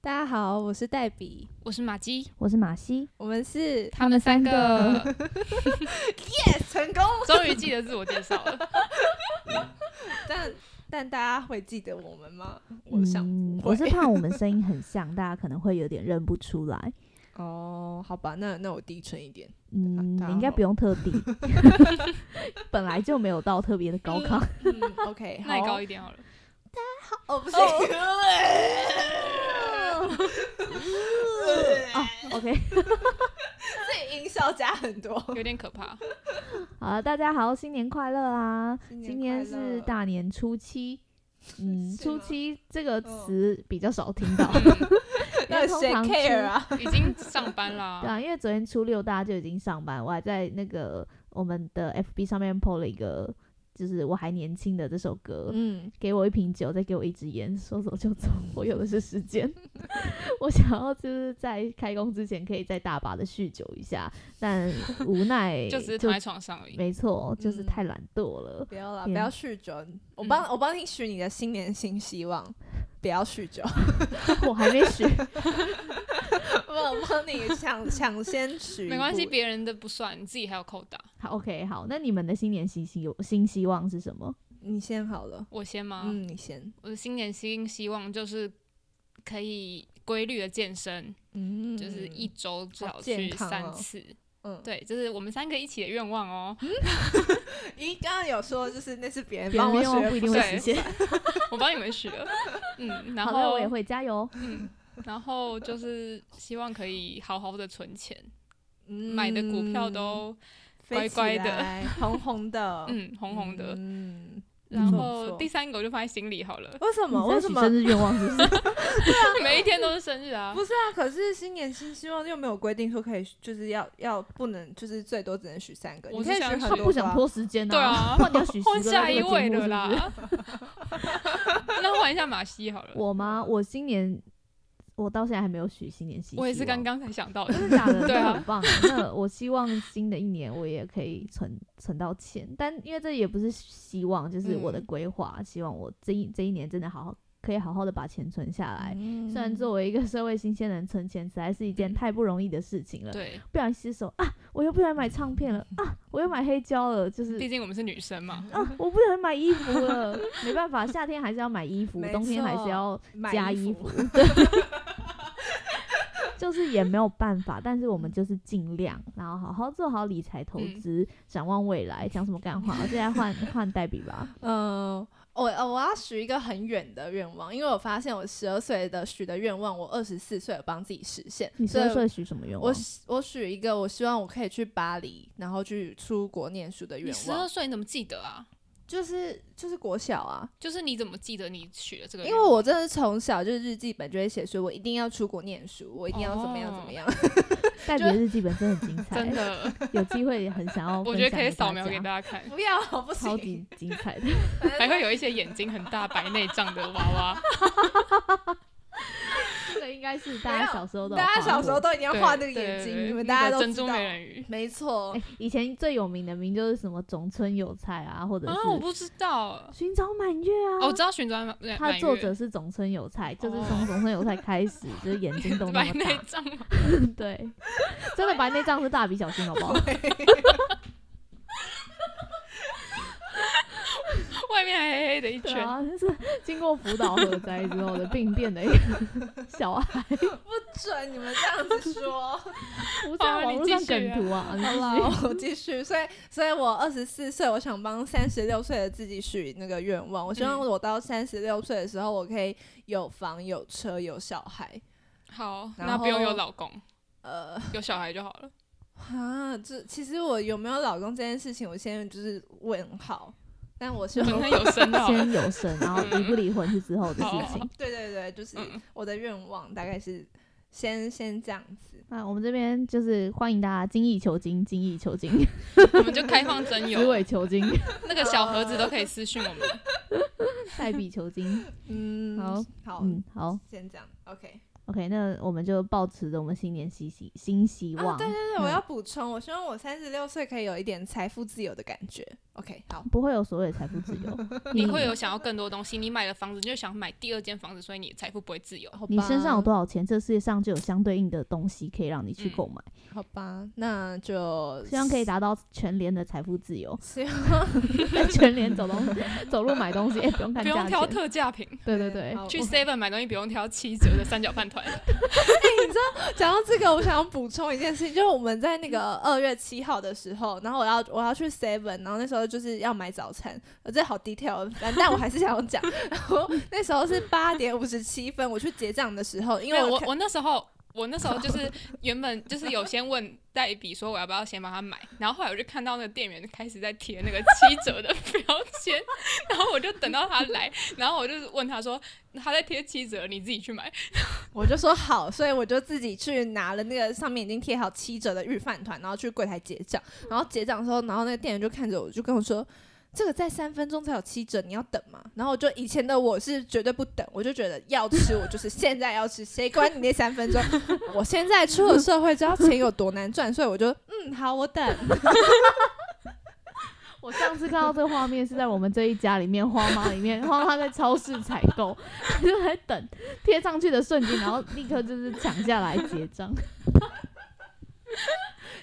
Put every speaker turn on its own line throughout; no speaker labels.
大家好，我是黛比，
我是马姬，
我是马西，
我们是
他们三个
成功，
终于记得自我介绍了。
但但大家会记得我们吗？我想
嗯
不
我是
会
怕我 们声音很像，大家可能会有点认不出来。
哦，好吧，那那我低沉一点，
嗯，
大家
你应该
好
不用特 地，本来就没有到特别的高亢。
嗯，OK，
那你
好
高一点好了。
哦，不是，
哦，OK，
这音效加很多，
有点可怕。
好了，大家好，新年快乐啦！今
新
天
年快乐
是大年 初七，嗯，
是哦
初
吗
七这个
嗯
词比较少听 到，
嗯，
因为
那
通
谁
常
care
初
啊？
已经上班
对
啦。
啊，因为昨天初六大家就已经上班，我还在那个我们的 FB 上面 PO 了一个，就是我还年轻的这首歌，
嗯，
给我一瓶酒，再给我一支烟， 说走就走，我有的是时间。 我想要就是在开工之前可以再大把的酗酒一下，但 无奈
就只是躺在床上而已。
没错，就是
嗯
太懒惰 了。
不要啦，不
天
要酗酒，我帮我帮你许你的新年新希望，不要酗酒，
我还没学，
我帮你抢抢先许一步，
没关系，别人的不算，你自己还有扣打。
好 OK 好，那你们的新年新希新希望是 什么？
你先好了，
我先吗？
嗯，你先，
我的新年新希望就是可以规律的健身，
嗯，
就是一周最
好
好
健
去
康
三
哦
次。
嗯
对，这是我们三个一起的愿望哦。
你刚刚有说，就是那是别人
别
帮
人
我
愿望
学，
不一定会
对
实现。
我帮你们许了。嗯，然
好的，
后
我也会加油。
嗯，然后就是希望可以好好的存钱，
嗯
买的股票都乖乖的
飞起来，红红的，
嗯红红的。
嗯，
然
不
后第三个我就放在心里 好了，
为什么？
你
为
在
什
许
么？
生日愿望是 不是？
每一天都是生日啊
不。是啊，可是新年新希望又没有规定说可以，就是要要不能，就是最多只能许三个，
我
你
是
可以许
想
很多
他
许
个啊
不想拖时间
对啊，
换你要许十
换
个
下
在
一
这个节
位
目
了
是不是？
啦。 那换一下马西好了，
我吗？我今年我到现在还没有许新年新希望，
我也是刚刚才想到 的。
真的假的？
对啊
那很棒。那我希望新的一年我也可以存存到钱，但因为这也不是希望，就是我的
嗯
规划，希望我这一这一年真的好好可以好好的把钱存下来。
嗯
虽然作为一个社会新鲜人，存钱实在是一件
嗯
太不容易的事情了。
对，嗯
不小心失手啊，我又不小心买唱片了啊，我又买黑胶了，就是
毕竟我们是女生嘛。
啊，我不能买衣服了，没办法，夏天还是要买衣服，
没
冬天还
错
是要
买
加
衣
衣服， 就是也没有办法，但是我
嗯
们就是尽量，然后好好做好理财投资，展望未来，讲什么干话？我现在 换换代笔吧，
嗯，我呃我要许一个很远的愿望，因为我发现我十二岁的许的愿望，我二十四岁有帮自己实现，
你
所
说
以
说许什么愿
我
望？
许我许一个，我希望我可以去巴黎，然后去出国念书的
你
愿
十二
望，
岁，你怎么记得啊？
就是就是国小啊，
就是你怎么记得你许了这个愿
因
望？
为我真的是从小就是日记本就会写说，我一定要出国念书，我一定要怎么样
哦
怎么样。
代笔的日记本真的很精彩
真，的，
有机会也很想要，
我觉得可以扫描给
家，
大家看，
不要，我不
超
行。
级精彩的。
还会有一些眼睛很大、白内障的娃娃。
这个应该是 大家小时候的，
大家小时候
都
都一定要
对
画那个
对
眼
对
睛，
对
你们
那
大家
个
都
珍
知
珠
道
美人鱼
没错
有过。，哎以前最有名的名就是什么总村有菜啊，或者
啊，我
是
不知道。
寻找满月啊。
哦，我知道旋转满 满月，
它的作者是总村有菜，就是
哦
从总村 有菜开始，就是眼睛都那
白
么
内
大，
障吗，
对，真的白内障是大笔小新，好不好？
外面还黑黑的一
对
圈。
啊，就是经过辅导核灾之后的病变的一个 小啊孩，
不准你们这样子说。
不
啊
在网络上梗图啊，你
好
继
了
续，
我继续。所以，所以我二十四岁，我想帮三十六岁的自己许那个愿望。我希望
嗯
我到三十六岁的时候，我可以有房、有车、有小孩。
好，
然
那不用
后
有老公，
呃，
有小孩就好 了。
啊，这其实我有没有老公这件事情，我现在就是问号。但我希望
等他有生就哦好了。
先有生，然后离不离婚是之后的事情。
对对对，就是
嗯
我的愿望大概是先先这样子。
那我们这边就是欢迎大家精益求精，精益 求精，
我们就开放真
思
友，
维求精，
那个小盒子都可
嗯
以私讯我们。，
代笔求精。
嗯，
好，
好，
嗯，好，
先这样。 OK，
OK，那我们就抱持着我们新年希希新希望，
啊，对对对，
嗯
我要补充，我希望我三十六岁可以有一点财富自由的感觉。OK，好，
不会有所谓的财富自由
你会有想要更多东西，你买了房子你就想买第二间房子，所以你财富不会自由。
好吧，嗯
你身上有多少钱，这世界上就有相对应的东西可以让你去购买，
好吧，那就，
希望可以达到全联的财富自由
希望
在全联走东走路买东西，哎、不用看
不用
价
挑
钱，哦
特价品，
对对对，
好
去
我
Seven 买东西不用挑七折的三角饭团。
讲到这个，我想要补充一件事情，就是我们在那个二月七号的时候，然后我要我要去 Seven，然后那时候就是要买早餐，呃，这好 detail，反正但我还是想要讲。 然后那时候是八点五十七分，我去结账的时候，因
因为
为
我
看
我那时 候我那时候就是原本就是有先问黛比说我要不要先帮他买，然后后来我就看到那个店员开始在贴那个七折的标签， 然后我就等到他来，然后我就问他说他在贴七折，你自己去买。
我就说好，所以我就自己去拿了那个上面已经贴好七折的预饭团，然后去柜台结账。然后结账的时候，然后那个店员就看着我，就跟我说：“这个在三分钟才有七折，你要等吗？”然后我就以前的我是绝对不等，我就觉得要吃我就是现在要吃，谁管你那三分钟？我现在出了社会，知道钱有多难赚，所以我就嗯好，我等。
我上次看到这个画面是在我们这一家里面，花妈里面，花妈在超市采购，她就在等贴上去的瞬间，然后立刻就是抢下来结 账。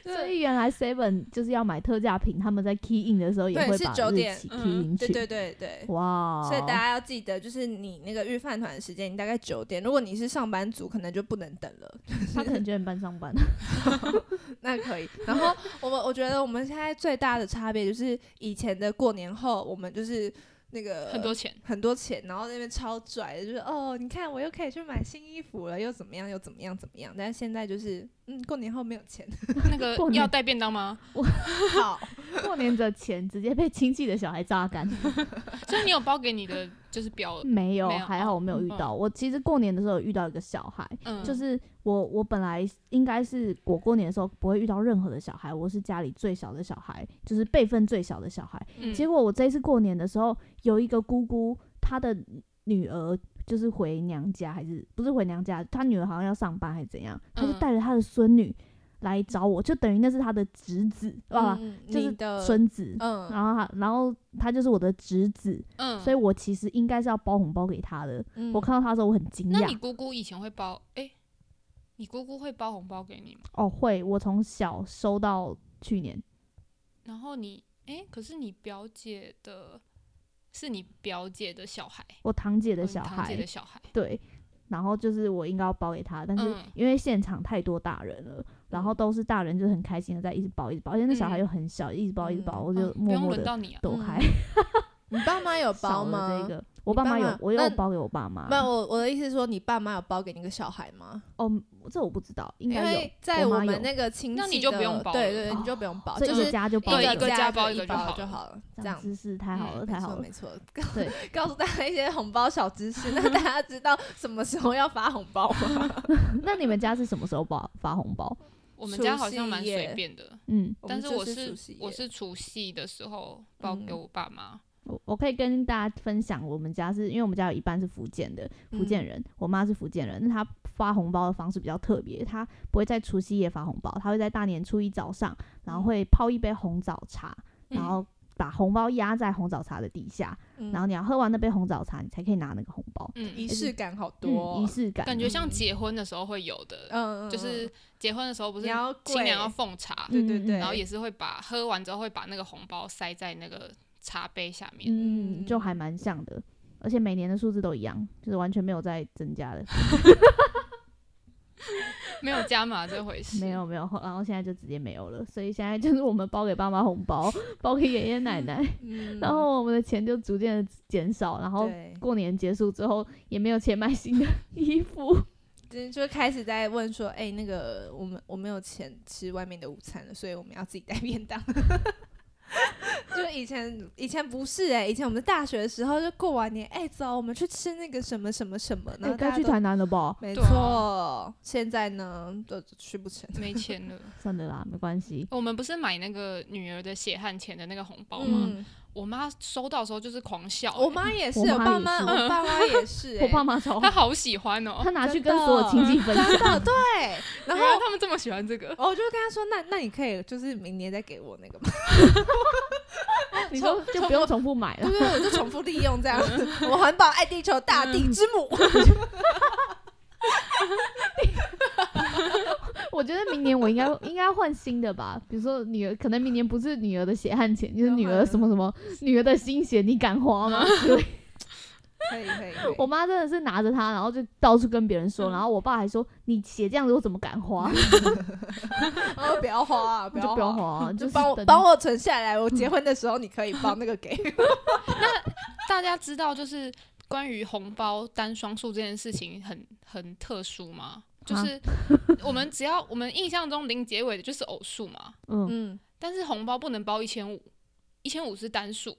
所以原来 Seven 就是要买特价品，他们在 key in 的时候也
对
会
是
把
9
日
点
期 key
嗯
进
对
去。
对对对。
哇！哦
所以大家要记得，就是你那个预饭团的时间，你大概九点。如果你是上班族，可能就不能等了。
他可能九点半上班，
那可以。然后我们我觉得我们现在最大的差别就是以前的过年后，我们就是那个
很多 钱，
很多钱，然后那边超拽的，就是哦，你看我又可以去买新衣服了，又怎么样，又怎么样，怎么样。但是现在就是，嗯，过年后没有钱，
那个
过年
要带便当吗？
好，
过年的钱直接被亲戚的小孩榨 干。
所以你有包给你的就是表，
没有，
没有哦
还好我没有遇到。我其实过年的时候有遇到一个小孩，
嗯，
就是我，我本来应该是我过年的时候不会遇到任何的小孩，我是家里最小的小孩，就是辈分最小的小孩。
嗯
结果我这一次过年的时候，有一个姑姑，她的女儿就是回娘家，还是不是回娘家？她女儿好像要上班还是怎样，她就
嗯
带着她的孙女来找我，就等于那是她的侄子，哇、
嗯
就
你的
是孙子。
嗯
然后他，然后他就是我的侄子，
嗯，
所以我其实应该是要包红包给他的。
嗯
我看到他的时候，我很惊
那你
讶。
姑姑以前会包哎。你姑姑会包红包给你吗？
哦，会，我从小收到去年。
然后你，哎，可是你表姐的，是你表姐的小孩，
我堂姐的
嗯
小
堂姐
孩，
的小孩，
对，然后就是我应该要包给他，但是
嗯
因为现场太多大人
嗯
了，然后都是大人就是很开心的在一直包一直包，因为那小孩
嗯
又很小，一直包一直
嗯
包，我
嗯
就
不
默
用
默
轮
的
到你啊。
躲
嗯
开，
你爸妈有包
少了
吗？
这个。我
你
爸
爸
妈有
妈，
我有
那
包给我爸妈。
那我我的意思是说，你爸妈有包给那个小孩吗？
哦，这我不知道，应
因
该有
为。在
我
我
妈有
们那个亲戚的，
那你就不用包
对
了
对，
哦
你就不用包，
所
就
以
是
一家就包
对
了
一个家包一
就
个就好
就
了
好了，这
这样
样
知识太好
嗯
了，
没
太好
错
了
没。错， 告
对
告诉大家一些红包小知识，那大家知道什么时候要发红包 吗？
那你们家是什么时候包发红包？
我们家
除
好像
夕
蛮
夜
随便的，
嗯，
但
们
我
就是除
是
夕
我
夜
是除夕的时候包给
嗯
我爸妈，
我我可以跟大家分享，我们家是因为我们家有一半是福建的，
嗯
福建人，我妈是福建人，那她发红包的方式比较特别，她不会在除夕夜发红包，她会在大年初一早上，然后会泡一杯红枣茶，然后把红包压在红枣茶的底下，
嗯，
然后你要喝完那杯红枣茶，你才可以拿那个红包，
嗯，
仪式感好
嗯，
多
仪，式感，
感觉像
嗯
结婚的时候会有的，
嗯，嗯
就是结婚的时候不
嗯
是
你要
新娘
跪
要奉茶，
对对
嗯嗯
对，
然后也是会把喝完之后会把那个红包塞在那个茶杯下面，
嗯，就还蛮像的，而且每年的数字都一样，就是完全没有再增加的，
没有加码这回事，
没有没有，然后现在就直接没有了，所以现在就是我们包给爸妈红包，包给爷爷奶奶，
嗯，
然后我们的钱就逐渐的减少，然后
对，
过年结束之后也没有钱买新 的衣服，
就就开始在问说，哎，那个我们我没有钱吃外面的午餐了，所以我们要自己带便当。 就以前以前不是哎、以前我们大学的时候就过完年，哎、走，我们去吃那个什么什么什么，然
那
后大
哎该
家
去
都
台南了吧？
没
对啊
错，现在呢都去不成。
没钱了。
算了啦，没关系。
我们不是买那个女儿的血汗钱的那个红包吗？
嗯，
我妈收到的时候就是狂笑、欸
我妈也是，
我
我
妈
爸妈，我
也是
爸妈也是、
我
欸
爸妈超
欸，她好喜欢哦、
他拿去
真
跟
的
所有亲戚分享，
真 的对。哎 然后
原来他们这么喜欢这个，
我就跟他说，那那你可以就是明年再给我那个嘛，
你说就不用重复 买
对
了。
对，我就重复利用这样子。 我环保爱地球，大地之母。
我觉得明年我应该应该换新的吧，比如说女儿，可能明年不是女儿的血汗钱，就是女儿什么什么女儿的心血，你敢花吗？
可以可以，可以
我妈真的是拿着它，然后就到处跟别人说，然后我爸还说你血这样子，我怎么敢 花？
然后不要花啊，不
就
要
不要
花啊。
花，
就是嗯帮我
等
帮我存下来，我结婚的时候你可以帮那个给 我。
大家知道就是关于红包单双数这件事情很很特殊吗？就
啊
是我们只要我 们印象中零结尾的就是偶数嘛，
嗯，
嗯，
但是红包不能包一千五，一千五是单数，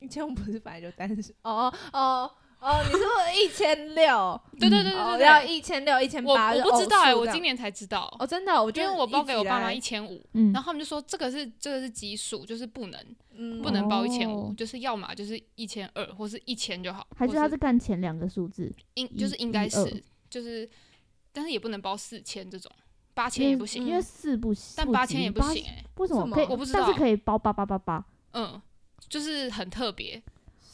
以前我们不是本来就单身？ 哦哦哦，你是说一千六？
对对对
哦
对对，
要
对
一千六、一千
我
八？
我不知道哎、
哎、
我今年才知道，
哦真的哦，我觉
因为
得
我包给我爸妈一
起
千五，
嗯
然后他们就说这个是这个是奇数，就是不能
来，嗯
不能包一千
哦
五，就是要么就是一千二或是一千就好，
还是
或
他是干前两个数字，
应就是
一
应该
一二
是就是，但是也不能包四千这种，八
因
千也不
为
行，啊
因为四不行，
但八千也不
八
行，哎、
为什
什
么
么
可以？
我不知
但是
道
可以包八八八八。
嗯，就是很特别。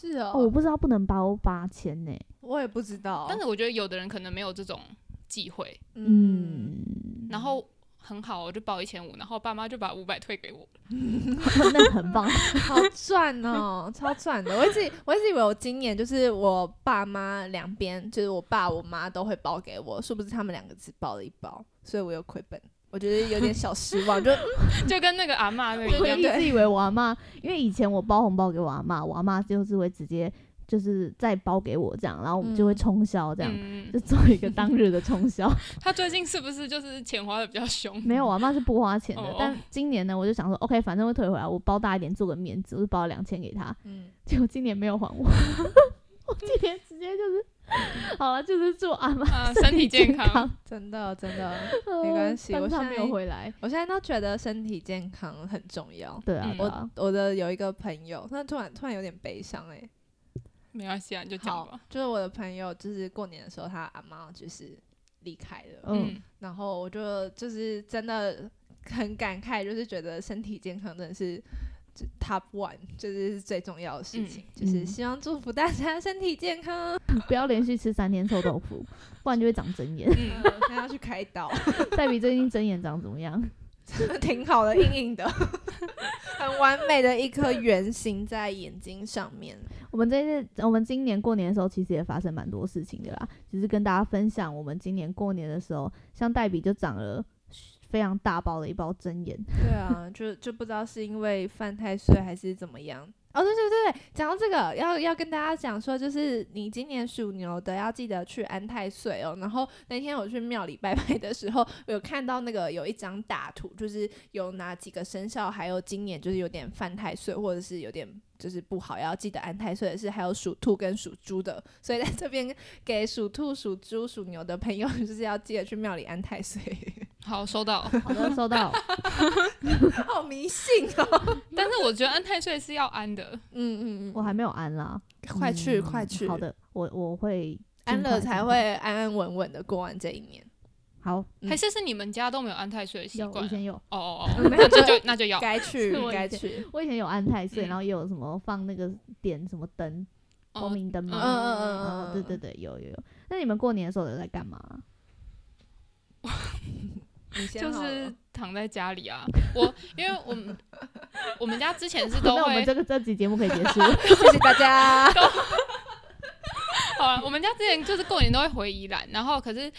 是哦
哦，我不知道不能包八千呢。
我也不知
哦
道，
但是我觉得有的人可能没有这种忌讳，
嗯，
嗯，
然后很好，我就报一千五，然后爸妈就把五百退给我。
那很棒。
好赚哦，超赚的。我一直我一直以为我今年就是我爸妈两边，就是我爸我妈都会包给我，殊不知他们两个只包了一包，所以我有亏本。我觉得有点小失望， 就
就跟那个阿嬷那
我
个一
一
样，
直以为我阿妈，因为以前我包红包给我阿妈，我阿妈就是会直接就是再包给我这样，然后我们就会
嗯
冲销这样，
嗯
就，做一个当日的冲销。
他最近是不是就是钱花的比较 凶？
没有，我阿妈是不花钱的，
哦
但今年呢，我就想说，OK，反正会退回来，我包大一点做个面子，我就包两千给她。
嗯，
结果今年没有还我， 我今年直接就是，好了，就是祝阿妈
啊，身体健
康，
康，
真的真的。
呃
没关系
但
我
是她
现
没有
在
回来。
我现在都觉得身体健康很重要。
对啊
嗯，
对啊，
我的有一个朋友，那突然突然有点悲伤哎、
没关系啊，你就讲
好
吧。，
就是我的朋友，就是过年的时候，他阿妈就是离开了，
嗯，
嗯，
然后我就就是真的很感慨，就是觉得身体健康真的是。就 Top one 就是是最重要的事情，就是
嗯
希望祝福大家身体健康。
不要连续吃三天臭豆腐， 不然就会长针眼。
嗯
嗯，
现在要去开刀，
黛比最近针眼长怎么样？
挺好的，硬硬的， 很完美的一颗圆形在眼睛上面。
我们这次我们今年过年的时候，其实也发生蛮多事情的啦，只是跟大家分享，我们今年过年的时候，像黛比就长了非常大包的一包针眼，
对啊，就就不知道是因为犯太岁还是怎么样。哦，对对对，对讲到这个，要要跟大家讲说，就是你今年属牛的要记得去安太岁哦。然后那天我去庙里拜拜的时候，我有看到那个有一张大图，就是有哪几个生肖，还有今年就是有点犯太岁，或者是有点就是不好，要记得安太岁的是还有属兔跟属猪的。所以在这边给属兔、属猪、属牛的朋友，就是要记得去庙里安太岁。
好，收 到。
好的，收到。
好迷信哦。
但是我觉得安太岁是要安的，
嗯嗯嗯，
我还没有安啦，
快去，
嗯
快去！
好，的，我我会
安
尽
了
快
才
尽快
会安安稳稳的过完这一年。
好。
嗯
还是是你们家都没有安太岁的习
有
惯
以？前有，
哦 哦
嗯
哦，那就就那就要。
该去
是我，理
该
解
去。
我以前有安太岁，然后也有什么放那个点什么灯，光
嗯
明灯
嗯
嘛。
嗯嗯
哦
嗯，，
对对对，有有有。那你们过年的时候有在干嘛？
对，你先
就
好了
是躺在家里啊。我因为我们我们家之前 是都
那我们
会
这个这集节目可以结束了。
谢谢大家。
好啊，我们家之前就是过年都会回宜兰，然后可是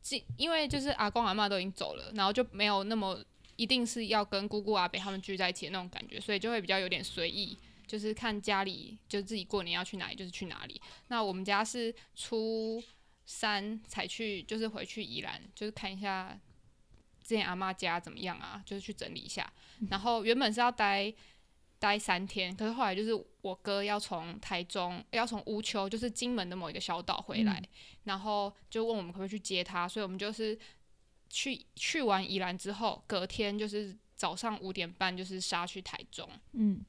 今因为就是阿公阿嬷都已经走了，然后就没有那么一定是要跟姑姑阿伯他们聚在一起的那种感觉，所以就会比较有点随意。就是看家里，就自己过年要去哪里就是去哪里。那我们家是初三才去，就是回去宜兰，就是看一下之前阿妈家怎么样啊，就是去整理一下。然后原本是要待待三天，可是后来就是我哥要从台中，要从乌丘，就是金门的某一个小岛回来，然后就问我们可不可以去接他，所以我们就是去去完宜兰之后，隔天就是早上五点半就是杀去台中。
嗯，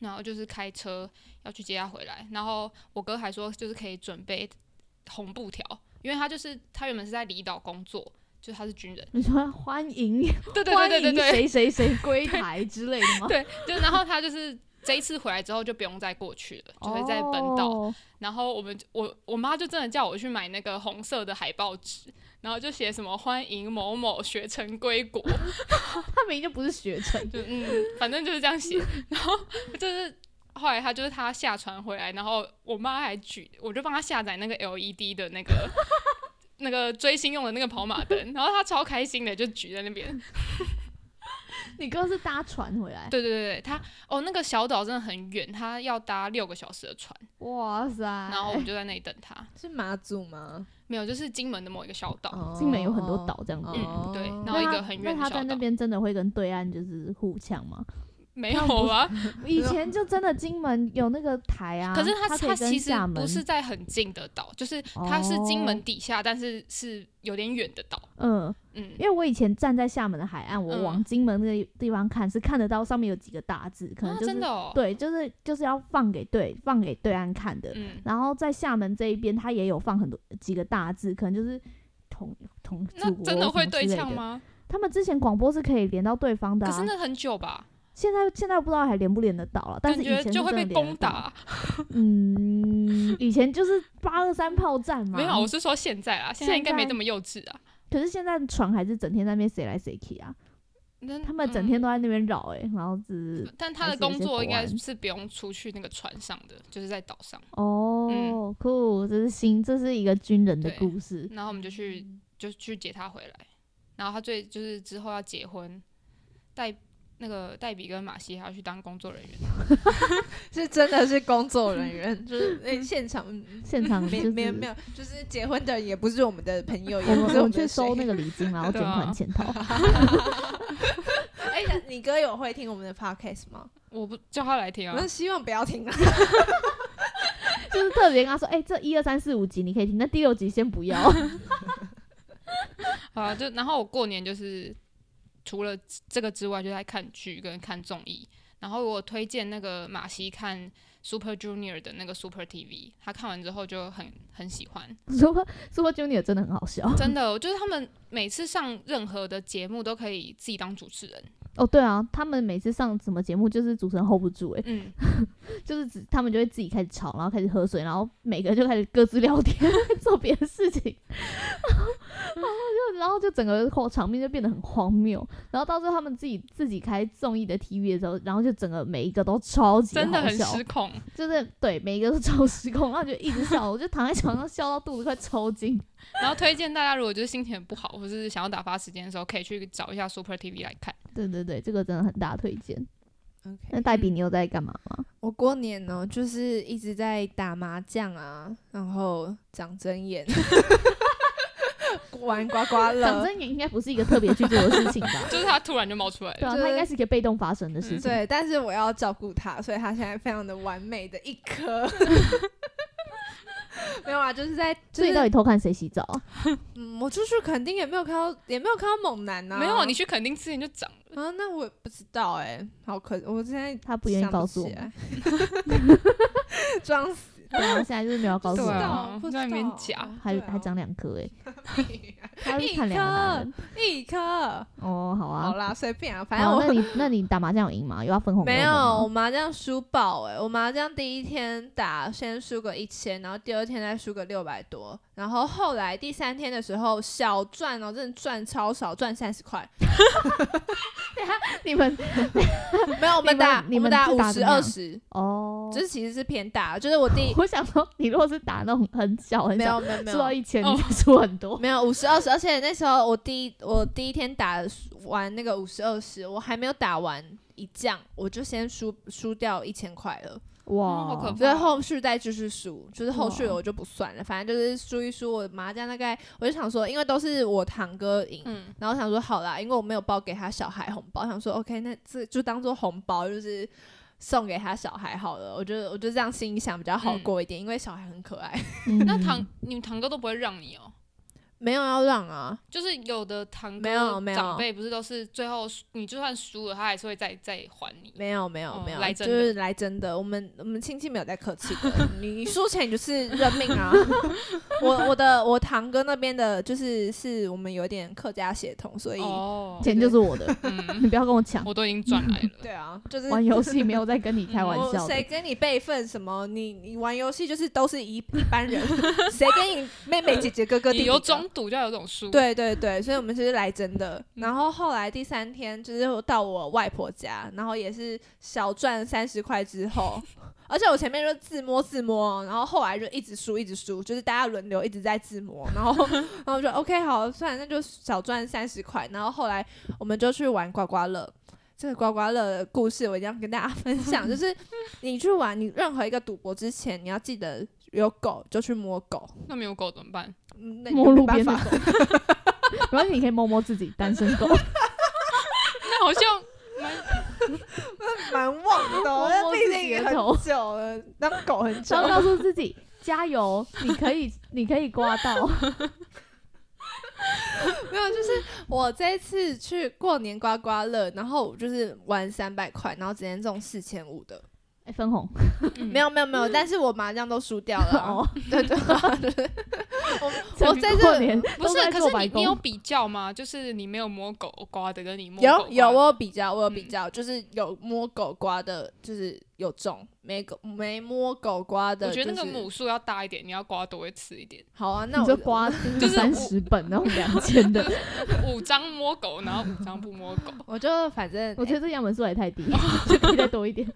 然后就是开车要去接他回来。然后我哥还说，就是可以准备红布条，因为他就是他原本是在离岛工作，就是他是军人，
你说欢迎，
对对对对对对
欢迎谁谁谁归台之类的吗？
对， 就然后他就是这一次回来之后就不用再过去了， 就会在本岛。
哦
然后我们我我妈就真的叫我去买那个红色的海报纸，然后就写什么欢迎某某学成归国，
他明明就不是学成，
就嗯，反正就是这样 写。然后就是后来他就是他下船回来，然后我妈还举，我就帮他下载那个 LED 的那 个那个追星用的那个跑马灯，然后他超开心的就举在那边。
你哥是搭船回来，
对对对对，他哦那个小岛真的很远，他要搭六个小时的船，
哇塞！
然后我们就在那里等他。
是马祖吗？
没有，就是金门的某一个小岛。
金门有很多岛这样子。
哦
嗯，对，
那
然后一
那
个
他
很远的
那他
小
在那
岛，
边真的会跟对岸就是互呛吗？
没有啊。
以前就真的金门有那个台啊，
可是
它
它
可以
它
跟
其实
厦门哦
不是在很近的岛，就是它是金门底下，但是是有点远的岛。
嗯，
嗯
因为我以前站在厦门的海岸，我
嗯
往金门那个地方看，是看得到上面有几个大字，可能
啊，
就是、
真的哦。
对，就是就是要放给对放给对岸看的。
嗯，
然后在厦门这一边，它也有放很多几个大字，可能就是同同
那
祖国
真的会
什么之
对
类
呛
的？
吗？
他们之前广播是可以连到对方的、
可
啊，
是那很久吧，
现在现在不知道还连不连得到了，但是
感
以
觉
前是
就会
真的
被
连得
攻
到。
打。
嗯，以前就是八二三炮战嘛，
没有，我是说现在啦，现在应该没这么幼稚啊。
可是现在船还是整天在那边谁来谁去啊，
那
他们整天
嗯
都在那边绕哎、欸，然后只
但他
还
的
是有
工
些
作
国
应该
安
是不用出去那个船上的，就是在岛上。
哦酷，这是新，这是一个军人
嗯
的
对
故事。
然后我们就去
嗯
就去接他回来，然后他最就是之后要结婚，戴那个戴比跟马西还要去当工作人员，
是真的是工作人员，就是 那现场嗯
现场就
没
是
没有没有，就是结婚的也不是我们的朋友，
我
也
们
不是们
我们去
的谁
收那。个礼金，然后
对
卷
啊
款潜逃。
哎，你哥有会听我们的 podcast 吗？
我不叫他来听
我
啊
们，希望不要听啊。
就是特别跟他说，哎、这一二三四五集你可以听，但第六集先不要。
好啊，就然后我过年就是除了这个之外，就在看剧跟看综艺，然后我推荐那个马西看 Super Junior 的那个 Super TV，他看完之后就很很喜欢，
Super Super Junior 真的很好笑
真的，就是他们每次上任何的节目都可以自己当主持人，
哦，对啊，他们每次上什么节目，就是主持人 hold 不住、欸，
嗯，
就是只他们就会自己开始吵，然后开始喝水，然后每个人就开始各自聊天， 做别的事情，然后然后就然后就整个后场面就变得很荒谬，然后到最后他们自己自己开综艺的 TV 的时候，然后就整个每一个都超级
真的
好
很
笑，
失控，
就是对每一个都超失控，然后就一直笑，我就躺在床上笑到肚子快抽筋。
然后推荐大家，如果就是心情很不好，或是想要打发时间的时候，可以去找一下 Super TV 来看。
对对对，这个真的很大推荐。
OK，
那黛比，你有在干嘛 吗？
我过年呢，就是一直在打麻将啊，然后长针眼， 玩刮刮
讲
乐。
真，也应该不是一个特别去做的事情 吧？
就是他突然就冒出来了，
对啊，
就是嗯
它应该是一个被动发生的事情。
对，但是我要照顾他，所以他现在非常的完美的一 颗。没有啊，就是在，就
所以你到
是
底偷看谁洗澡啊？
嗯，我出去肯定也没有看到，也没有看到猛男啊。
没有你去垦丁之前就长了，
啊？那我也不知道哎、好可，我现在
他不愿意
想
告诉我
起
们，
来，装死，
对啊，现在就是没有告诉
对
我
不知
们，
道
啊
不知
在那边
道
讲
还
对啊
还讲两 颗哎，他是看两个男人
一颗，
哦，好啊
好，啦，随便啊，反正
好，
我
那你那你打麻将有赢哦吗？有要分红给
没有，
我
我
们吗？
麻将输爆哎、我麻将第一天打先输个一千，然后第二天再输个六百多，然后后来第三天的时候小赚哦，真的赚超少，赚三十 块。
你们
没有，我们打
你
我
们
打
是
五
打
十
怎么
二
样
十，
哦
就，是其实是偏大，就是我第
我想说，你如果是打那种很小 很
没
小，
有没有 没
输到
有。
一千
哦
你就输很多，
没有五十二十，而且那时候我第一我第一天打完那个五十二十，我还没有打完一将，我就先输输掉一千块了。
哇，
好可怕
所以后续再继续输，就是后续
哇
我就不算了，反正就是输一输。我麻将大概我就想说，因为都是我堂哥赢，
嗯，
然后想说好啦，因为我没有包给他小孩红包，想说 OK，那这就当做红包，就是送给他小孩好了。我觉得我就这样心里想比较好过一点，因为小孩很可爱。
嗯
那堂你堂哥都不会让你哦，
没有要让啊，
就是有的堂
没有没
哥
有
长辈不是都是最后你就算输了，他还是会再再还你。
没有没有
哦
没有，
来
就
真的
是来真的。我们我们亲戚没有在客气 的，你你输钱你就是认命啊。我我的我堂哥那边的，就是是我们有点客家血统，所以、
哦，
钱就是我 的，
嗯，
你不要跟我抢。
我都已经赚来了。
对啊，就是
玩游戏没有在跟你开玩
我
笑
谁
的，
跟你辈分什么？你你玩游戏就是都是一一般人，谁跟你妹 妹姐姐哥哥弟
你
弟
有
的？
中赌就要有种输。，
对对对，所以我们就是来真的。然后后来第三天就是到我外婆家，然后也是小赚三十块之 后，而且我前面就自摸自摸，然后后来就一直输一直输，就是大家轮流一直在自摸，然 后然后我就 OK 好，算了，那就小赚三十块。然后后来我们就去玩刮刮乐。这个刮刮乐的故事，我一定要跟大家分享。 就是你去玩你任何一个赌博之前，你要记得有狗就去摸狗，
那没有狗怎么办？
嗯那你就
摸
没
路
办
边的
法
狗。没关系，你可以摸摸自己单身 狗，
那好像
蛮旺 的、哦，那
摸
毕
自
竟
己
也
的
很
头
久了，当狗很久
然后。告诉自己加油，你可以，你可以刮到。
没有，就是我这一次去过年刮刮乐，然后我就是玩三百块，然后直接中四千五的。
哎，分红
嗯
没有没有没有，但是我麻将都输掉了 啊、
哦，
对对啊对，我我
趁
在
过
这
年
不
都
是，
在
可
做
是
白
你你有
工，
比较吗？就是你没有摸狗刮的，跟你摸狗
有
刮
有
的
我有比较，我有比较，就是有摸狗刮的，就是有中；没狗没摸狗刮的、
我
就是，
觉得那个母数要大一点，你要刮多一次一点，
好啊，那
你
我
就刮就是
是
三十本那种两千 的，
五张摸狗，然后五张不摸 狗。
我就反正
我觉得这样本数也太低， 就可以再多一点。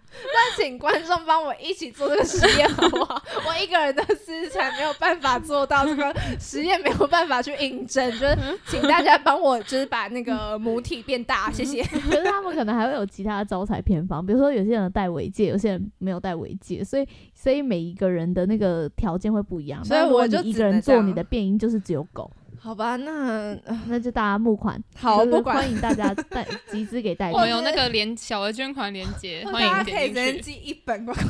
请观众帮我一起做这个实验好不好？我一个人的资产没有办法做到这个实验，没有办法去印证， 就是请大家帮我，就是把那个母体变大，谢谢。
可是他们可能还会有其他的招财偏方，比如说有些人戴尾戒，有些人没有戴尾戒，所以所以每一个人的那个条件会不一样。
所以
那如果
我就
你一
只
个人
能这
做
样
你的变音就是只有狗，
好吧，那呃
那就大家募款，
好
就是
不管
欢。迎大家带集资给戴
我们
维。
有那个连小额捐款连接，
或
嗯欢
大家
迎
可以
点
直接
进去。
寄一本过来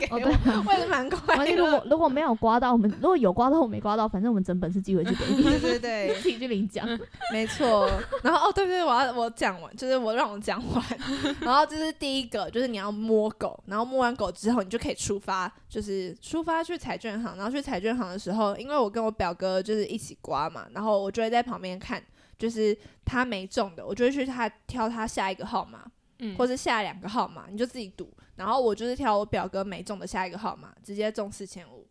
给
哦
我，
对啊，哦
我也是蛮快
万一如
乐
果。如果没有刮到，我们如果有刮到，我没刮到，反正我们整本是寄回去给 你，
对对对，
自己去领奖。
没错。然后哦，对对，我要我讲完，就是我让我讲完。 然后这是第一个，就是你要摸狗，然后摸完狗之后，你就可以出发，就是出发去彩券行。然后去彩券行的时候，因为我跟我表哥就是一起刮嘛，然后我就会在旁边看，就是他没中的，我就会去他挑他下一个号码，
嗯，
或是下两个号码，你就自己赌。然后我就是挑我表哥没中的下一个号码，直接中四千五。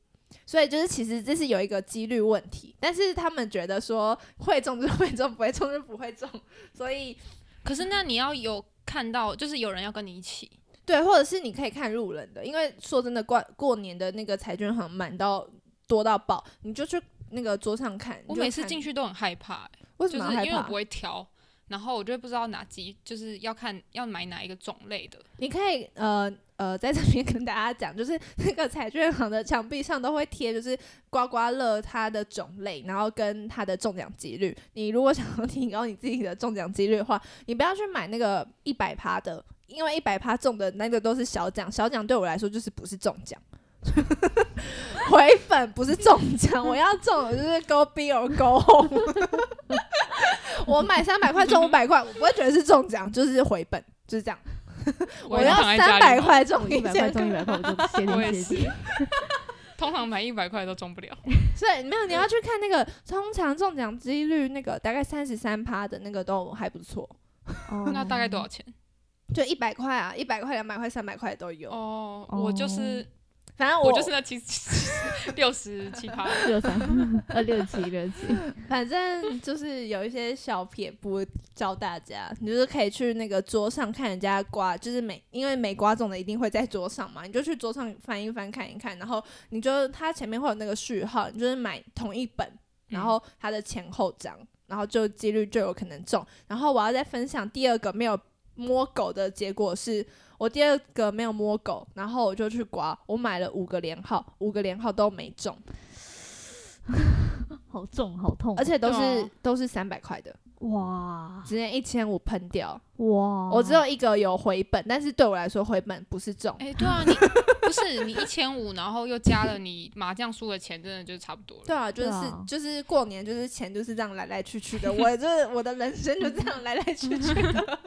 所以就是其实这是有一个几率问题，但是他们觉得说会中就会中，不会中就不会中，所以
可是那你要有看到，就是有人要跟你一起，
对，或者是你可以看路人的，因为说真的，过过年的那个彩券行满到多到爆，你就去那个桌上看。
我每次进
去，
去都很害怕、欸
为什
就
么要
是
害
因为我
怕
不？会挑，然后我就会不知道哪几，就是要看要买哪一个种类的。
你可以呃呃，在这边跟大家讲，就是那个彩券行的墙壁上都会贴，就是刮刮乐它的种类，然后跟它的中奖几率。你如果想要提高你自己的中奖几率的话，你不要去买那个一百趴的， 因为一百趴中的那个都是小奖，小奖对我来说就是不是中奖。回本不是中奖，我要中的就是 go big or go home。我买三百块中五百块，我不会觉得是中奖，就是回本，就是这样。我
也
要
躺在家
三
里
百
买，
块中
一
一
百
千
块中一
块，
百块，我就谢
我
天
也
谢
是
地。
通常买一百块都 中不了。
所以没有你要去看那个通常中奖几率那个大概三十三趴的那个都还不错，
哦
那大概 多少钱？
就一百块啊，一百块、两百块、三百块都有。
哦，
哦
我就是
反正
我就是那七 六十七趴。
六三呃六七六七，
反正就是有一些小撇步教大家，你就是可以去那个桌上看人家刮，就是每因为每刮中的一定会在桌上嘛，你就去桌上翻一翻看一看，然后你就它前面会有那个序号，你就是买同一本，
嗯
然后它的前后张，然后就几率就有可能中。然后我要再分享第二个没有摸狗的结果是。我第二个没有摸狗，然后我就去刮，我买了五个连号，五个连号都没中，
好重好痛哦，
而且都是、
对啊
都是三百块的。
哇
直接一千五喷掉。
啊哇！
我只有一个有回本，但是对我来说回本不是重。
哎、对啊，你不是你一千五，然后又加了你麻将输的钱，真的就差不多了。
对啊，就是、
对啊
就是过年就是钱就是这样来来去去的，我就是我的人生就这样来来去去的。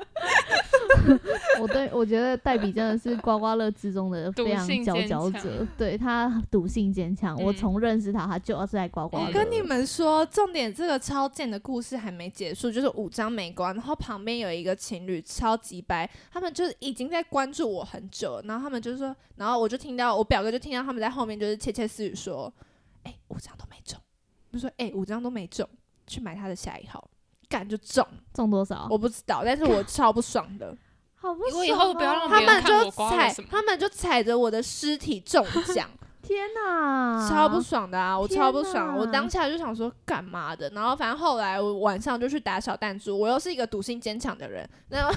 我对我觉得黛比真的是刮刮乐之 中的
赌
非常
性
佼
坚
佼
强
者，对他赌性坚强。
嗯
我
哎
从认识他，他就是爱刮刮乐。
我跟你们说，重点这个超贱的故事还没结束，就是五张没关，然后旁边有一个情侣超级白，他们就是已经在关注我很久了，然后他们就说，然后我就听到我表哥就听到他们在后面就是窃窃私语说，哎、五张都没中，我就说哎、五张都没中，去买他的下一号，干就中，
中多少？
我不知道，但是我超不爽的。
好不
我以后
爽
不要
哦
让
他
别人
们
看
就
我刮了
踩
什么，
他们就踩着我的尸体中奖，
天哪，
超不爽的啊！我
天
超不爽，我
哪
当下就想说干嘛的？然后反正后来我晚上就去打小弹珠，我又是一个赌性坚强的人，那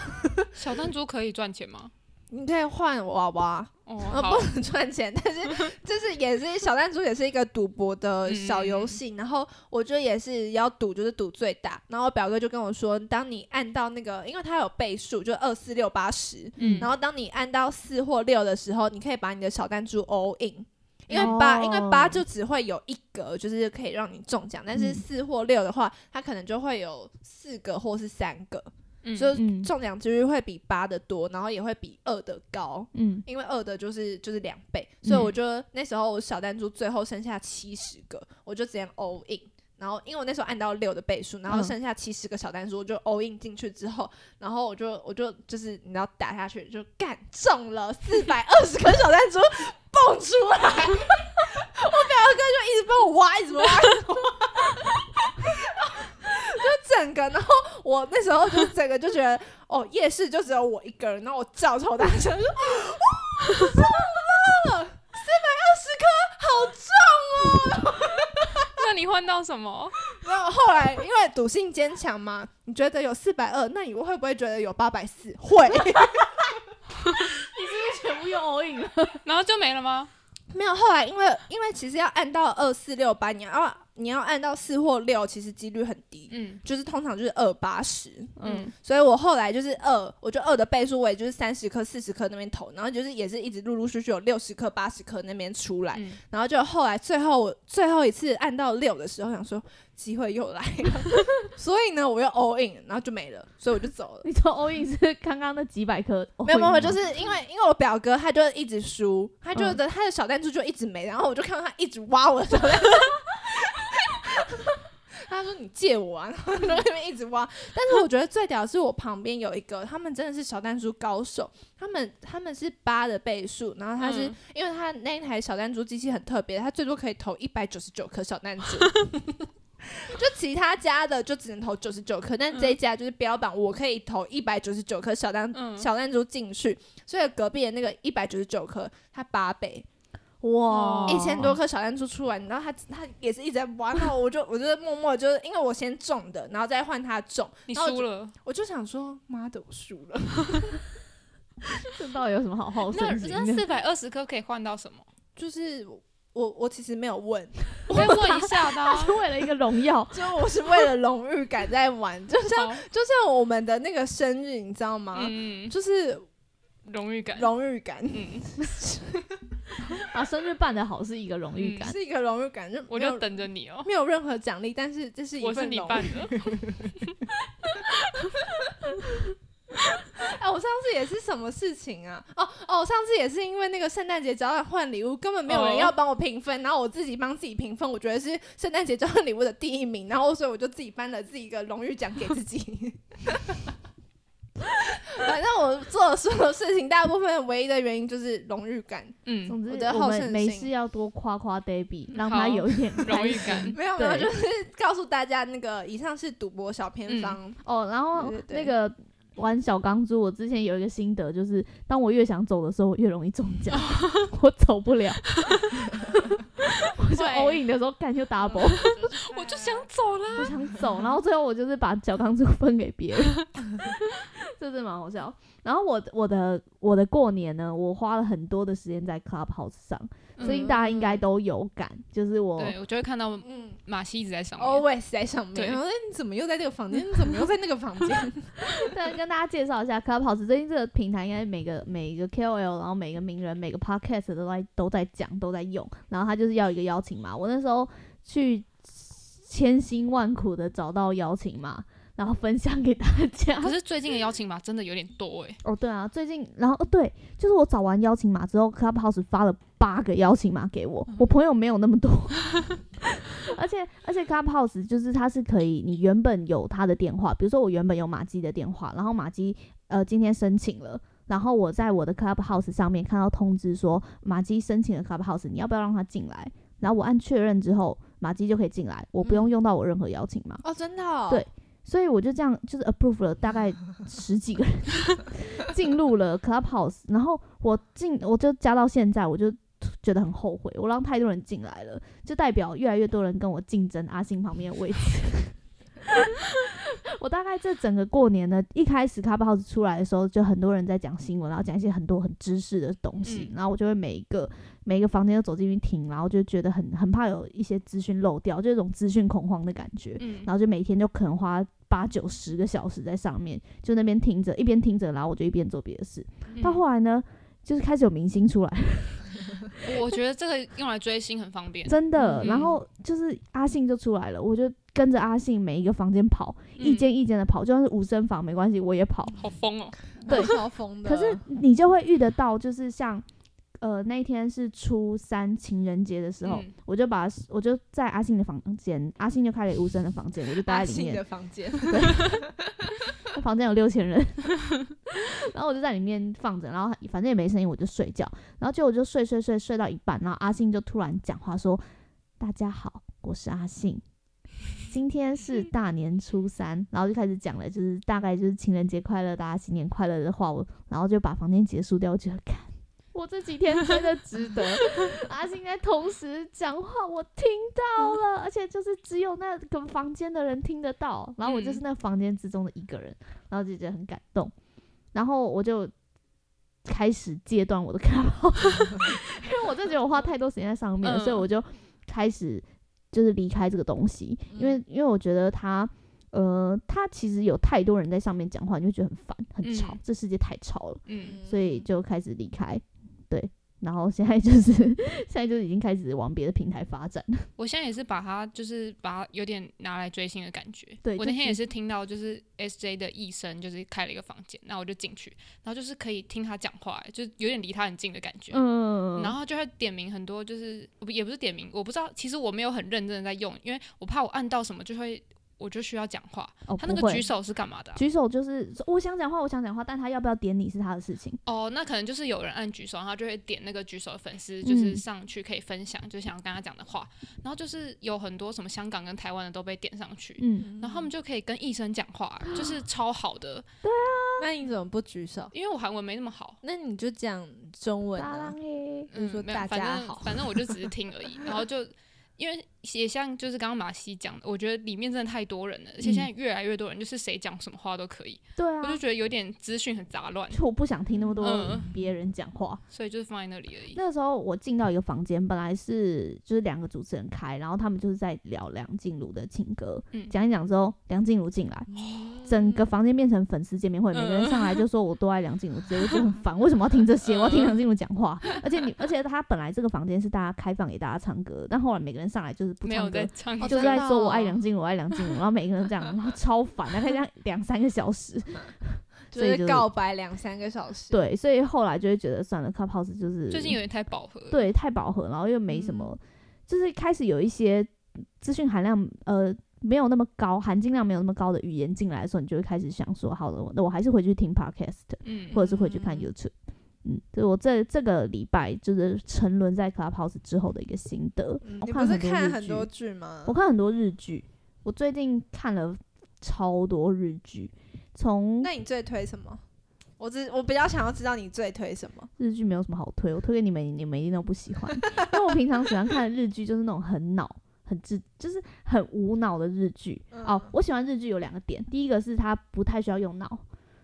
小弹珠可以赚钱吗？
你可以换娃娃，
哦，
呃，
好
不，能赚钱，但是就是也是小弹珠也是一个赌博的小游戏，然后我觉得也是要赌，就是赌最大。然后我表哥就跟我说，当你按到那个，因为它有倍数，就二四六八十，
嗯
然后当你按到四或六的时候，你可以把你的小弹珠 all in。因
哦
为八，因为八就只会有一格，就是可以让你中奖。但是
嗯
四或六的话，它可能就会有四个或是三个，
嗯
所
嗯
以中奖几率会比八的多，然后也会比二的高。
嗯，
因为二的就是就是两倍，所以
嗯
我就、那时候我小弹珠最后剩下七十个，我就直接 all in。然后因为我那时候按到六的倍数，然后
嗯
剩下七十个小弹珠，我就 all in 进去之后，然后我就我就就是你知道打下去就干中了四百二十颗小弹珠蹦出来，我表哥就一直帮我挖，一直帮我挖，一直帮我挖就整个，然后我那时候就整个就觉得哦，夜市就只有我一个人，然后我叫超大声说：“哇，中了四百二十颗，好重哦
那你换到什么？！”
然后后来因为赌性坚强嘛，你觉得有四百二，那你会不会觉得有八百四？会，
全部用 all in 了。
然后就没了吗？
没有。后来因为因为其实要按到二四六八，你要你要按到四或六，其实几率很低，
嗯
就是通常就是二八十。
嗯
嗯，
所以我后来就是二，我就二的倍数，我也就是三十颗、四十颗那边投，然后就是也是一直陆陆续续有六十颗、八十颗那边出来，
嗯，
然后就后来最后我最后一次按到六的时候，想说机会又来了， 所以呢我又 all in，然后就没了，所以我就走了。
你说 all in 是刚刚那几百颗 all in 吗？
没有没有，就是因为因为我表哥他就一直输，他就的、他的小弹珠就一直没，然后我就看到他一直挖我的小弹珠。 他说：“你借我啊！”然后就在那边一直挖。但是我觉得最屌的是我旁边有一个，他们真的是小弹珠高手。他们他们是八的倍数，然后他是、
嗯
因为他那一台小弹珠机器很特别，他最多可以投一百九十九颗小 弹珠。就其他家的就只能投九十九颗，
嗯
但这一家就是标榜我可以投一百九十九颗小弹、
嗯
小弹珠进去，所以隔壁的那个一百九十九颗，它八倍，
哇，
哦
一千多颗小弹珠出来，然后他他也是一直在玩，然后我就我就默默就是因为我先中的，然后再换他中，
你
然后我
输
就
了。
我就想说，妈的，我输了，
这到底有什么好好
那
胜心
那
的？
四百二十颗可以换到什么？
就是我我其实没有问，
再问一下的啊。
是为了一个荣耀，
就我是为了荣誉感在玩，就像
好
就像我们的那个生日，你知道吗？
嗯，
就是
荣誉感。
啊荣誉感。
嗯，
把生日办得好是一个荣誉
嗯
感。
是一个荣誉感，就
我
没有
就等着你哦。
没有任何奖励，但是这是一
我是
份
你
荣
办
誉。
的，
哎、我上次也是什么事情啊？哦哦，上次也是因为那个圣诞节交换换礼物，根本没有人
哦
要帮我评分，然后我自己帮自己评分，我觉得是圣诞节交换礼物的第一名，然后所以我就自己颁了自己一个荣誉奖给自己。 反正我做的所有事情，大部分唯一的原因就是荣誉感。
嗯，
总之，
我的
我
好胜
们
心
没事要多夸夸 Debbie，让
好
他有 一点
荣
开
誉
心
感。
没有没有，
对
就是告诉大家，那个以上是赌博小偏
嗯
方。
哦，然后
对对对
那个玩小钢珠，我之前有一个心得，就是当我越想走的时候，我越容易中奖， 我走不了。我就
会
all in 的时候，干就 double，
我就想走啦。
我想走，然后最后我就是把小钢珠分给别人，这真的蛮好笑。然后我的我的我的过年呢，我花了很多的时间在 Clubhouse 上，所以大家应该都有感，就是我
嗯对我就会看到
嗯
马西一直在上面。
，always 在上面。
对
然后哎你怎么又在这个房间？你怎么又在那个房间？
对，跟大家介绍一下 Clubhouse 最近这个平台，应该每个每一个 KOL，然后每个名人、每个 Podcast 都在都在讲、都在用。然后他就是要一个邀请码，我那时候去千辛万苦的找到邀请码，然后分享给大家。
可是最近的邀请码真的有点多哎、
哦，对啊，最近，然后哦对，就是我找完邀请码之后，Clubhouse 发了八个邀请码给我，我朋友没有那么多，而且而且 Clubhouse 就是它是可以，你原本有他的电话，比如说我原本有马姬的电话，然后马姬呃今天申请了。然后我在我的 Clubhouse 上面看到通知说马姬申请了 Clubhouse，你要不要让他进来？然后我按确认之后，马姬就可以进来，我不
嗯
用用到我任何邀请码。
哦，真的、哦，
对所以我就这样就是 approve 了大概十几个人进入了 Clubhouse，然后我进我就加到现在，我就觉得很后悔，我让太多人进来了，就代表越来越多人跟我竞争阿信旁边的位置。我大概这整个过年呢，一开始 Clubhouse 出来的时候，就很多人在讲新闻，然后讲一些很多很知识的东西，
嗯
然后我就会每一个每一个房间都走进去听，然后就觉得很很怕有一些资讯漏掉，就有一种资讯恐慌的感觉。
嗯，
然后就每天就可能花八九十个小时在上面，就那边听着，一边听着，然后我就一边做别的事。
嗯
到后来呢，就是开始有明星出来，
嗯我觉得这个用来追星很方便，
真的。
嗯
然后就是阿信就出来了，我就跟着阿信每一个房间跑，一
嗯
间一间的跑，就算是五声房没关系，我也跑。
好疯哦、
对
超疯的。
可是你就会遇得到，就是像。呃，那一天是初三情人节的时候，
嗯
我就把我就在阿信的房间，阿信就开了无声的房间，我就待
阿
在里
信
面
的。房 间，
我房间有六千人，然后我就在里面放着，然后反正也没声音，我就睡觉。然后结果我就睡睡睡睡到一半，然后阿信就突然讲话说：“大家好，我是阿信，今天是大年初三。”然后就开始讲了，就是大概就是情人节快乐，大家新年快乐的话，我然后就把房间结束掉，我觉得看。 我这几天真的值得，阿信在同时讲话，我听到了，而且就是只有那个房间的人听得到，然后我就是
嗯
那房间之中的一个人，然后就觉得很感动，然后我就开始戒断我的 c l u 因为我真的觉得我花太多时间在上面了，所以
嗯
我就开始就是离开这个东西，因
嗯
为因为我觉得它。呃，它其实有太多人在上面讲话，你就觉得很烦、很吵，
嗯
这世界太吵了。
嗯，
所以就开始离开，对，然后现在就是 现在就已经开始往别的平台发展了，
我现在也是把它，就是把它有点拿来追星的感觉。
对
我
就
那天也
是
是听到，就是 S J 的医生就是开了一个房间，然后我就进去，然后就是可以听他讲话，欸就是有点离他很近的感觉。
嗯，
然后就会点名很多，就是我不也不是点名，我不知道，其实我没有很认真的在用，因为我怕我按到什么就会，我就需要讲话。
哦，
他那
不
个
会
举手是干嘛的啊、
举手就是说我想讲话，我想讲话，但他要不要点你是他的事情，
哦，那可能就是有人按举手，然后就会点那个举手的粉丝，就是
嗯
上去可以分享，就想要跟他讲的话。然后就是有很多什么香港跟台湾的都被点上去，
嗯，啊
然后他们就可以跟医生讲话，就是超好的。
那你怎么不举手？
因为我韩文没那么好，
那你就讲中文
大
啊
浪。耶，
就是
嗯，
说
没有
大
反
家
正
好
反正我就只 是听而已。然后就因为也像就是刚刚马西讲的，我觉得里面真的太多人了，而且现在越来越多人，就是谁讲什么话都可以，
对
我就
嗯啊。
觉得有点资讯很杂乱，
就我不想听那么多
嗯
别人讲话。
所以就是放在那里而已。
那个时候我进到一个房间，本来是就是两个主持人开，然后他们就是在聊梁静茹的情歌，
嗯哦
讲一讲之后，梁静茹进来，整个房间变成粉丝见面会，每个人上来就说我多爱梁静茹之类，我觉得很烦，为什么要听 这
嗯
些？我要听梁静茹讲话，而且你，而且他本来这个房间是大家开放给大家唱歌，但后来每个人上来就是不
没有
唱歌
在，唱
哦
就
真
是在
的
说我爱
哦
梁静茹，我爱梁静茹，然后每个人都这样，然后超烦，大概这样两三个小时，
就
所以就是
是告白两三个小时。
对，所以后来就会觉得算了，Clubhouse 就是
最近有点太饱和了。
对太饱和，然后又没什么，
嗯
就是开始有一些资讯含量呃没有那么高，含金量没有那么高的语言进来的时候，你就会开始想说，好了，我那我还是回去听 podcast，
嗯，
或者是回去看
嗯
YouTube。嗯，就是我这这个礼拜就是沉沦在 Clubhouse 之后的一个心得。
嗯，
我
你不是看
很
很多
剧，
剧吗
我？看很多日剧，我最近看了超多日剧，从
那你最推什么？我只我比较想要知道你最推什么。
日剧没有什么好推，我推给你们，你们一定都不喜欢。因为我平常喜欢看的日剧就是那种很脑、很智，就是很无脑的日剧。哦
嗯，
我喜欢日剧有两个点，第一个是它不太需要用脑，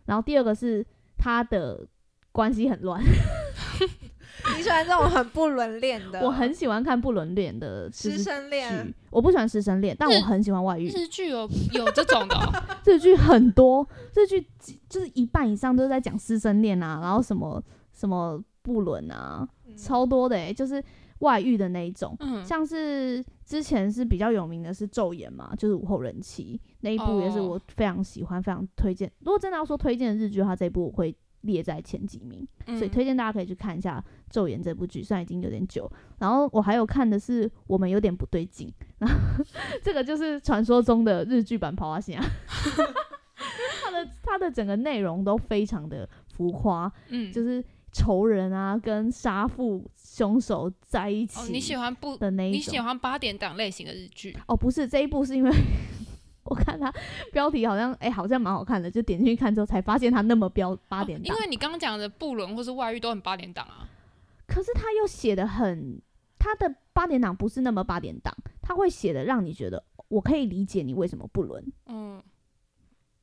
然后第二个是他的关系很乱，
你喜欢这种很不伦恋的？
我很喜欢看不伦恋的
师
就是
生恋
剧，我不喜欢师生恋，但我很喜欢外遇。
日剧有有这种的哦、
这剧很多，这剧几就是一半以上都是在讲师生恋啊，然后什么什么不伦啊，
嗯
超多的诶、欸就是外遇的那一种。
嗯，
像是之前是比较有名的是《昼颜》嘛，就是午后人妻那一部也是
哦
我非常喜欢、非常推荐。如果真的要说推荐的日剧的话，这一部我会列在前几名，
嗯
所以推荐大家可以去看一下《昼颜》这部剧，虽然已经有点久。然后我还有看的是《我们有点不对劲》，然后 这个就是传说中的日剧版《跑花仙》啊， 它的它的整个内容都非常的浮夸，
嗯，
就是是仇人啊跟杀父凶手在一起。
哦，你喜欢不？
的那一
你
种
喜欢八点档类型的日剧？
哦，不是这一部是因为我看它标题好像哎、好像蛮好看的，就点进去看之后才发现它那么标八点
哦因
档，
为你刚刚讲的不伦或是外遇都很八点档啊。
可是它又写的很，它的八点档不是那么八点档，它会写的让你觉得我可以理解你为什么不伦，
嗯，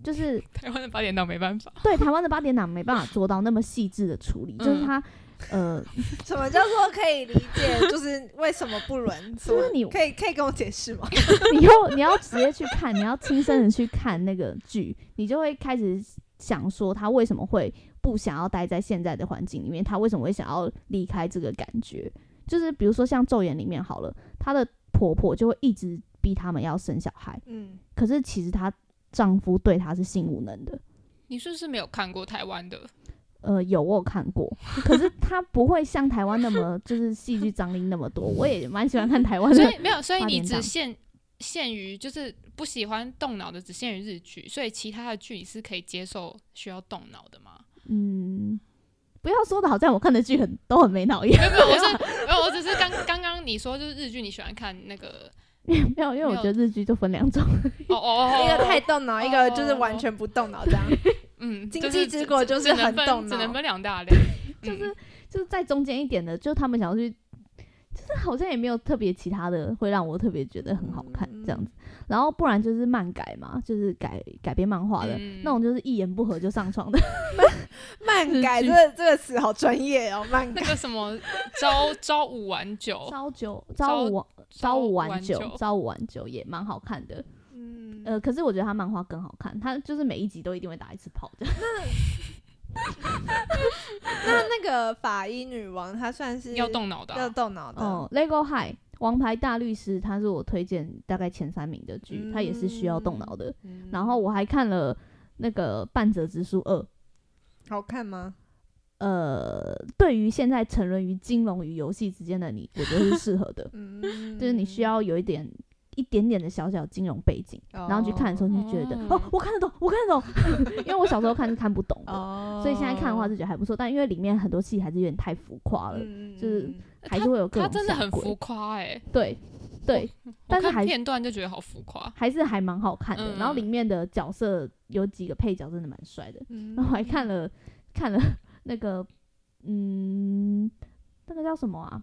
就是
台湾的八点档没办法。
对台湾的八点档没办法做到那么细致的处理，就是
嗯
它呃
什么叫做可以理解？就是为什么不伦？什么
就是你
可以可以跟我解释 吗？
你又你要直接去看，你要亲身的去看那个剧，你就会开始想说他为什么会不想要待在现在的环境里面，他为什么会想要离开这个感觉？就是比如说像《昼颜》里面好了，她的婆婆就会一直逼他们要生小孩，
嗯，
可是其实她丈夫对她是性无能的。
你是不是没有看过台湾的？
呃，有我有看过，可是她不会像台湾那么就是戏剧张力那么多。我也蛮喜欢看台湾
所
的，
以没有，所以
八
你
点
只
档
限限于就是不喜欢动脑的，只限于日剧，所以其他的剧你是可以接受需要动脑的吗？
嗯，不要说的好像我看的剧很都很没脑一样
没。有，没有，我是没有，我只是刚刚刚你说就是日剧你喜欢看那个
没有，因为我
没有
觉得日剧就分两种，
哦哦哦，
一个太
哦
动脑，一个就是完全不动脑，这
哦
样。
嗯，
经
就
济
是
之
只
国
只
就
只
是
能
很
分
动
只
脑
能分两大类，嗯
就是就是在中间一点的，就他们想要去，就是好像也没有特别其他的会让我特别觉得很好看这样子。
嗯
然后不然就是漫改嘛，就是改改编漫画的、
嗯
那种，就是一言不合就上床的。
漫改这
日剧
个这个词好专业哦，漫
那
改。
个什么朝朝五晚九，
朝九朝五晚
哦朝
朝五
晚
晚
九
九朝五晚九也蛮好看的。
嗯，
呃，可是我觉得他漫画更好看，他就是每一集都一定会打一次炮的。
那那个法医女王她算是
要动脑的啊、
要动脑的，
哦，《Lego High》王牌大律师，他是我推荐大概前三名的剧，他也是需要动脑的。
嗯
然后我还看了那个《半泽直树二》。
好看吗？，
呃，对于现在沉沦于金融与游戏之间的你，我觉得是适 合的
嗯，
就是你需要有一点一点点的小小金融背景，
哦，
然后去看的时候，你就觉得哦
哦
我看得懂，我看得 懂，因为我小时候看是看不懂的，
哦，
所以现在看的话就觉得还不错，但因为里面很多戏还是有点太浮夸了，
嗯，嗯
就是
嗯
还是会有各
他
种
真的很
下鬼
浮夸哎、
对对，
我
但是
看
还
片段就觉得好浮夸。
还是还蛮好看的。
嗯
然后里面的角色有几个配角真的蛮帅的，
嗯
然后我还看了看了那个，嗯，那个叫什么啊？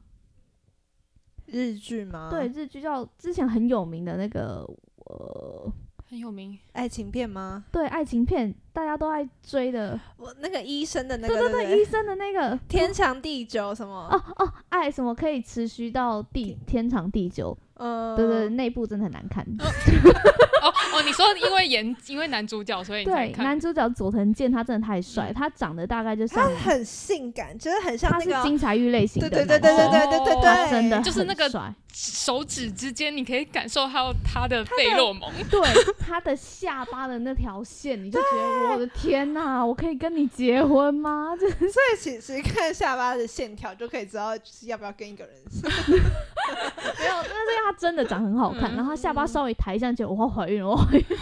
日剧吗？
对，，日剧叫之前很有名的那个，呃，
很有名，
爱情片吗？
对，爱情片大家都爱追的，
我那个医生的那个，
对对
对不
对，医，生的那个，
天长地久什
哦
么？
哦，爱什么可以持续到地天长地久，
嗯，
对对，内部真的很难看。
哦哦，你说因为演 因为男主角，所以你才
对，
看
男主角佐藤健他真的太帅，
嗯
他长得大概就像
他很性感，就是很像
他
那
是
个，
金财玉类型的
对
男
对
生，
对对对对对对
他
对，
真的
就是
很
那个
帅，
手指之间，你可以感受到他的费洛蒙。
对他的下巴的那条线，你就觉得我的天哪，我可以跟你结婚吗？ 这
所以其实看下巴的线条就可以知道就是要不要跟一个人睡。
没 有，但是因为他真的长得很好看，
嗯
然后他下巴稍微抬一下，觉得我怀孕了，我怀孕 了，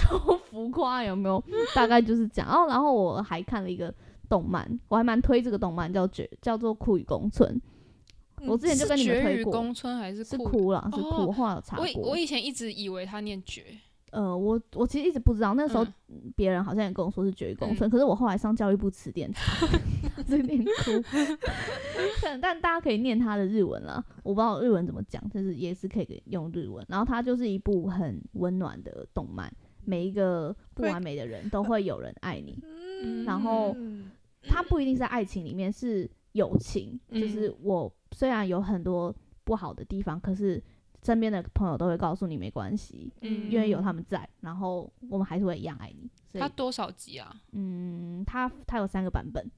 超浮夸，有没有？大概就是这样。哦，然后我还看了一个动漫，我还蛮推这个动漫，叫《绝》，叫做《酷与宫村》。我之前就跟你们
绝
推
与
过，
宫村还是
嗯是啊
酷？
哭啦，是
哦
哭，我后来有查
我以我
过。
以前一直以为他念绝，
呃，我我其实一直不知道，那时候
嗯
别人好像也跟我说是绝育公分，可是我后来上教育部词典查， 这念哭。 但但大家可以念它的日文啦，我不知道日文怎么讲，但是也是可以用日文。然后它就是一部很温暖的动漫，每一个不
会
完美的人都会有人爱你。
嗯
然后
嗯
它不一定是在爱情里面，是友情。就是我虽然有很多不好的地方，可是身边的朋友都会告诉你没关系，
嗯
因为有他们在，然后我们还是会一样爱你。所
他
以，
多少集啊？
嗯，它它有三个版本，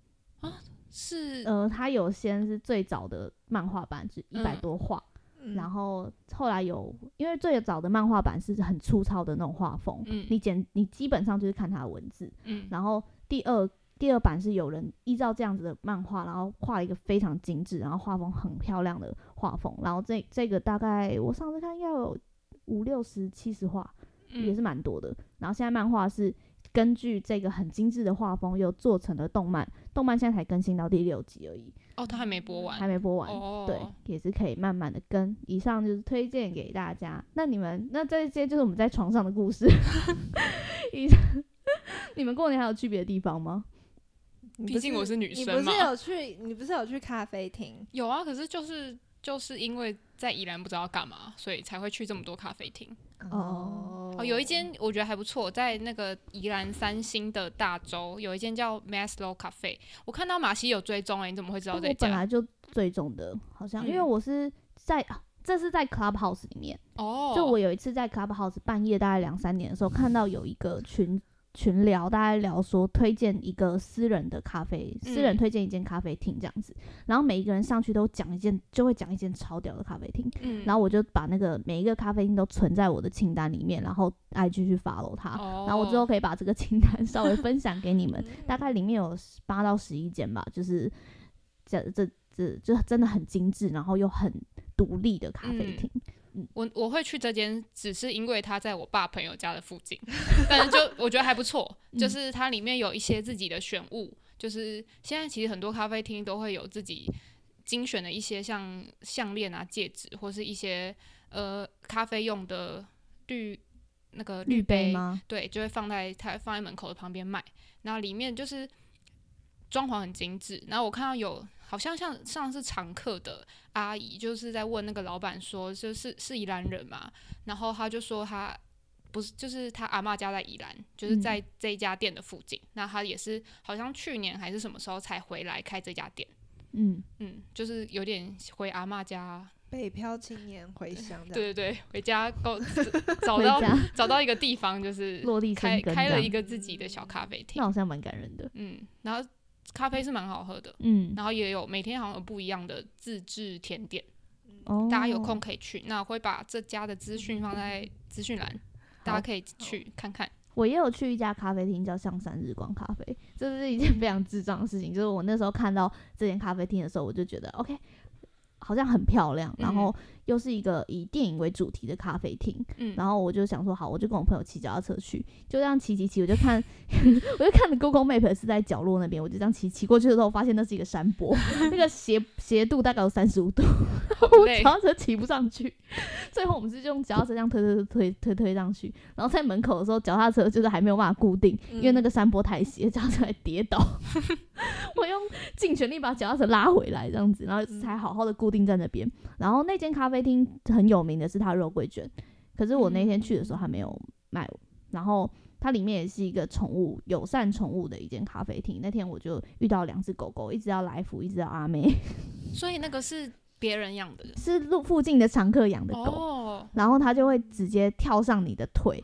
是
呃，它有先是最早的漫画版，是一百
嗯嗯
多画，
嗯
然后后来有，因为最早的漫画版是很粗糙的那种画风，
嗯
你简你基本上就是看它的文字，
嗯
然后第二第二版是有人依照这样子的漫画，然后画了一个非常精致，然后画风很漂亮的画风，然后这这个大概我上次看应该有五六十七十画，
嗯
也是蛮多的。然后现在漫画是根据这个很精致的画风又做成了动漫，动漫现在才更新到第六集而已，
哦，他还没播完，
还没播完。
哦，
对，也是可以慢慢的跟。以上就是推荐给大家。那你们，那这些就是我们在床上的故 事。以上，你们过年还有去别的地方吗？
你
毕
不
竟我是女
你
生
不
嘛
是 有去，你不是有去咖啡厅？
有啊，可是就是就是因为在宜兰不知道干嘛，所以才会去这么多咖啡厅。
哦
哦，有一间我觉得还不错，在那个宜兰三星的大洲有一间叫 Maslow Cafe，我看到马西有追踪哎、你怎么会知道这
哦我本
家？
来就追踪的，好像因为
嗯
我是在。啊这是在 Clubhouse 里面，
哦，
就我有一次在 Clubhouse 半夜大概两三点的时候，看到有一个群群聊，大家聊说推荐一个私人的咖啡，私人
嗯
推荐一间咖啡厅这样子，然后每一个人上去都讲一件，就会讲一间超屌的咖啡厅，
嗯，
然后我就把那个每一个咖啡因都存在我的清单里面，然后 IG 去 follow 它，
哦，
然后我之后可以把这个清单 稍微分享给你们，
嗯
大概里面有八到十一间吧，就是这这这就真的很精致，然后又很独立的咖
嗯
啡厅，
我我会去这间，只是因为它在我爸朋友家的附近， 但是就我觉得还不错，
嗯
就是它里面有一些自己的选物，就是现在其实很多咖啡厅都会有自己精选的一些像项链啊、戒指，或是一些呃咖啡用的绿那个
绿
绿杯
吗？
对，就会放在它放在门口的旁边卖。然后里面就是装潢很精致。然后我看到有好像像上次常客的阿姨，就是在问那个老板说，就是是宜兰人嘛？然后他就说他不是，就是他阿嬷家在宜兰，就是
嗯
在这一家店的附近。那他也是好像去年还是什么时候才回来开这家店。
嗯，
嗯，就是有点回阿嬷家，
北漂青年回乡的，
对对对，回家 够找
回
到
家
找到一个地方，就是
落地
呃开
生根这
开了一
样，
个自己的小咖啡厅
那。好像蛮感人的。
嗯，然后咖啡是蛮好喝的，
嗯，
然后也有每天好像有不一样的自制甜点，
哦，
大家有空可以去。那我会把这家的资讯放在资讯栏，大家可以去看看。
我也有去一家咖啡厅叫象山日光咖啡，这是一件非常智障的事情。就是我那时候看到这间咖啡厅的时候，我就觉得 OK，好像很漂亮，然后又是一个以电影为主题的咖啡厅，
嗯，
然后我就想说好，我就跟我朋友骑脚踏车去，就这样骑骑骑，我就看 我就看着 Google Map 是在角落那边，我就这样骑骑过去的时候，发现那是一个山坡， 那个斜斜度大概有三十五度，
好
我
累
脚，踏车骑不上去， 最后我们是用脚踏车这样推推推推推推上去，然后在门口的时候，脚踏车就是还没有办法固定，因为那个山坡太斜，脚踏车还跌倒。我用尽全力把脚踏车拉回来，这样子，然后才好好的固定在那边。然后那间咖啡厅很有名的是它肉桂卷，可是我那天去的时候还没有卖。然后它里面也是一个宠物友善宠物的一间咖啡厅。那天我就遇到两只狗狗，一只叫来福，一只叫阿妹，
所以那个是别人养的
是路附近的常客养的狗。
哦，
然后它就会直接跳上你的 腿，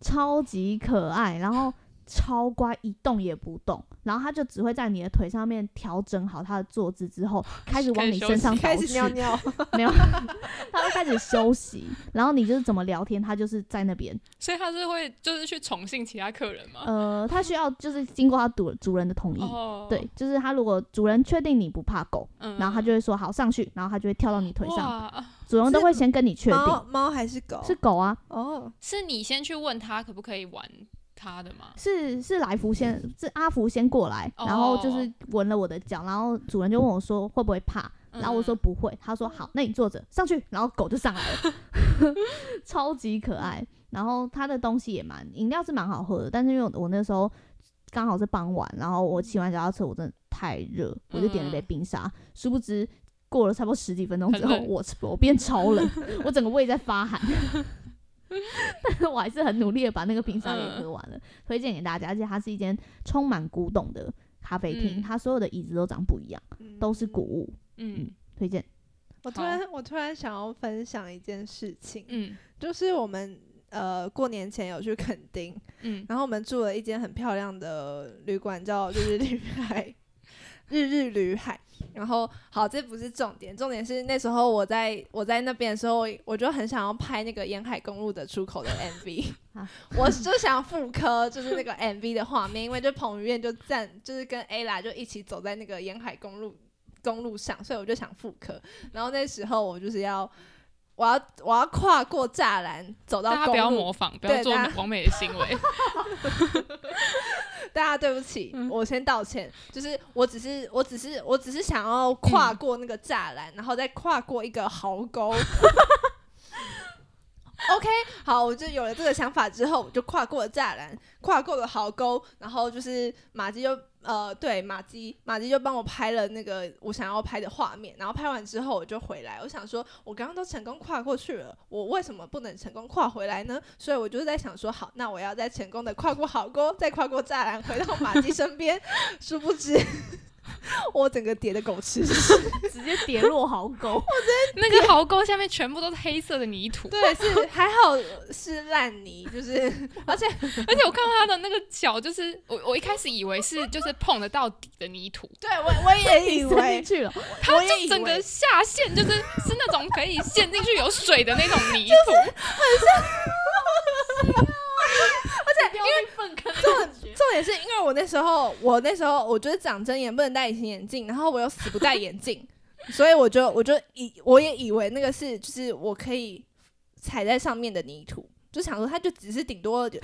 超级可爱，然后超乖，一动也不动，然后它就只会在你的腿上面调整好它的坐姿 之后，开始往你身上倒
开
去
始，尿尿，
没有， 它会开始休息，然后你就是怎么聊天，它就是在那边，
所以他是会就是去宠幸其他客人
哦
吗？
呃，它需要就是经过它主主人的同意。
哦，
对，就是它如果主人确定你不怕狗，
嗯
然后它就会说好上去，然后它就会跳到你腿上。
哇，
主人都会先跟你确定
猫猫还是狗？
是狗啊，
哦，
是你先去问他可不可以玩他的吗？嗯
是是来福先，是阿福先过来，
哦
然后就是闻了我的脚，然后主人就问我说会不会怕，
嗯
然后我说不会，他说好，那你坐着上去，然后狗就上来了， 超级可爱。然后它的东西也蛮，饮料是蛮好喝的，但是因为我我那时候刚好是傍晚，然后我骑完脚踏车，我真的太热，我就点
嗯
了杯冰沙，殊不知。过了差不多十几分钟之后，
很冷
我我变超冷，我整个胃在发寒。但 是我还是很努力的把那个冰沙
嗯
给喝完了，推荐给大家。而且它是一间充满古董的咖啡厅，
嗯
它所有的椅子都长不一样，都是古物，
嗯
推荐。
我突然我突然想要分享一件事情，
嗯
就是我们呃过年前有去垦丁，
嗯，
然后我们住了一间很漂亮的旅馆，叫 日日旅海， 日日旅海。然后好，这不是重点，重点是那时候我在我在那边的时候，我就很想要拍那个沿海公路的出口的 MV，、
啊
我就想复刻就是那个 MV 的画面，因为就彭于晏就站，就是跟 Ella 就一起走在那个沿海公路公路上，所以我就想复刻。然后那时候我就是要。我要我要跨过栅栏走到
大家不
公
要
路
模仿，不要
对
做
大家
完美的行 为。
大家对不起，我先道歉。就是我只是我只是我只是想要跨过那个栅栏，然后再跨过一个壕沟。OK，好，我就有了这个想法之后，我就跨过了栅栏，跨过了壕沟，然后就是马姬就呃，对马姬，马姬就帮我拍了那个我想要拍的画面，然后拍完之后我就回来，我想说，我刚刚都成功跨过去了，我为什么不能成功跨回来呢？所以我就是在想说，好，那我要再成功的跨过壕沟，再跨过栅栏，回到马姬身边。 殊不知，我整个叠的狗吃屎。
直接跌落壕沟。
那个壕沟下面全部都是黑色的泥土，
对，是还好是烂泥，就是而且
而且我看到他的那个脚，就是我我一开始以为是就是碰得到底的泥土，
对我我也以
你 伸进
为，
去了，
我也以
就整个
为
下陷就是是那种可以陷进去有水的那种泥土，
因为粪坑
重重点是因为我那时候，我那时候我觉得长针眼不能戴隐形眼镜，然后我又死不戴眼镜， 所以我就我就以我也以为那个是就是我可以踩在上面的泥土，就想说它就只是顶多就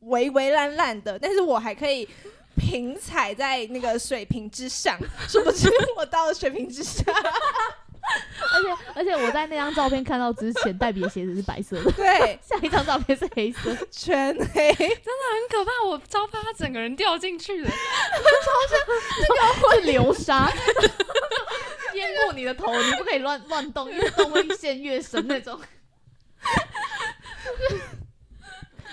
微微烂烂的，但是我还可以。平踩在那个水平之上，殊不知我到了水平之下。
而且而且我在那张照片看到之前，黛比的鞋子是白 色的，
对，
下一张照片是黑色。
全黑。
很可怕，我超怕他整个人掉进去了。
会流沙，淹没你的头，你不可以乱乱动，越动会陷越深那种。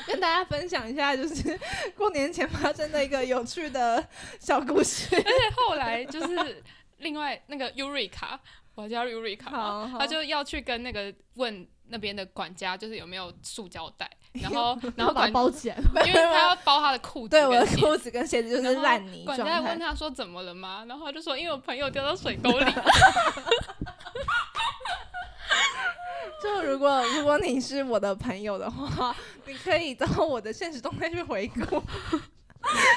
跟大家分享一下，就是过年前发生的一个有趣的小故事。
而且后来就是另外那个 Eureka，我叫 Eureka 嘛，
好好
他就要去跟那个问那边的管家，就是有没有塑胶袋，然后然后
把
管
它，包起来，
因为他要包他的裤子
对，
跟
我的
鞋
裤子跟鞋子就是
然后
烂泥
管
状
家还问
态。
他说怎么了吗？然后他就说因为我朋友掉到水 沟里。
就如果如果你是我的朋友的话，你可以到我的现实动态去回顾。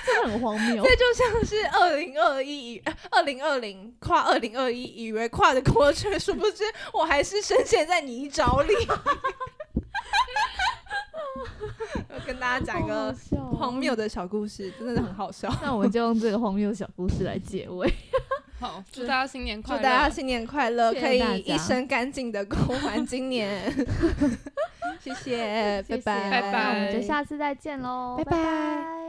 真的很荒谬。
这就像是二零二一、二零二零跨二零二一，以为跨得过去，殊不知我还是深陷在泥沼里。 我跟大家讲一个荒谬的小故事，真的是很好笑。
哦那我们就用这个荒谬小故事来结尾。
好，祝大家新年
祝
快乐！
大家新年快乐，
谢谢
可以
大家
一身干净的过完今年。 谢谢，
谢谢
拜拜，
拜拜
那我们就下次再见喽，
拜拜
拜拜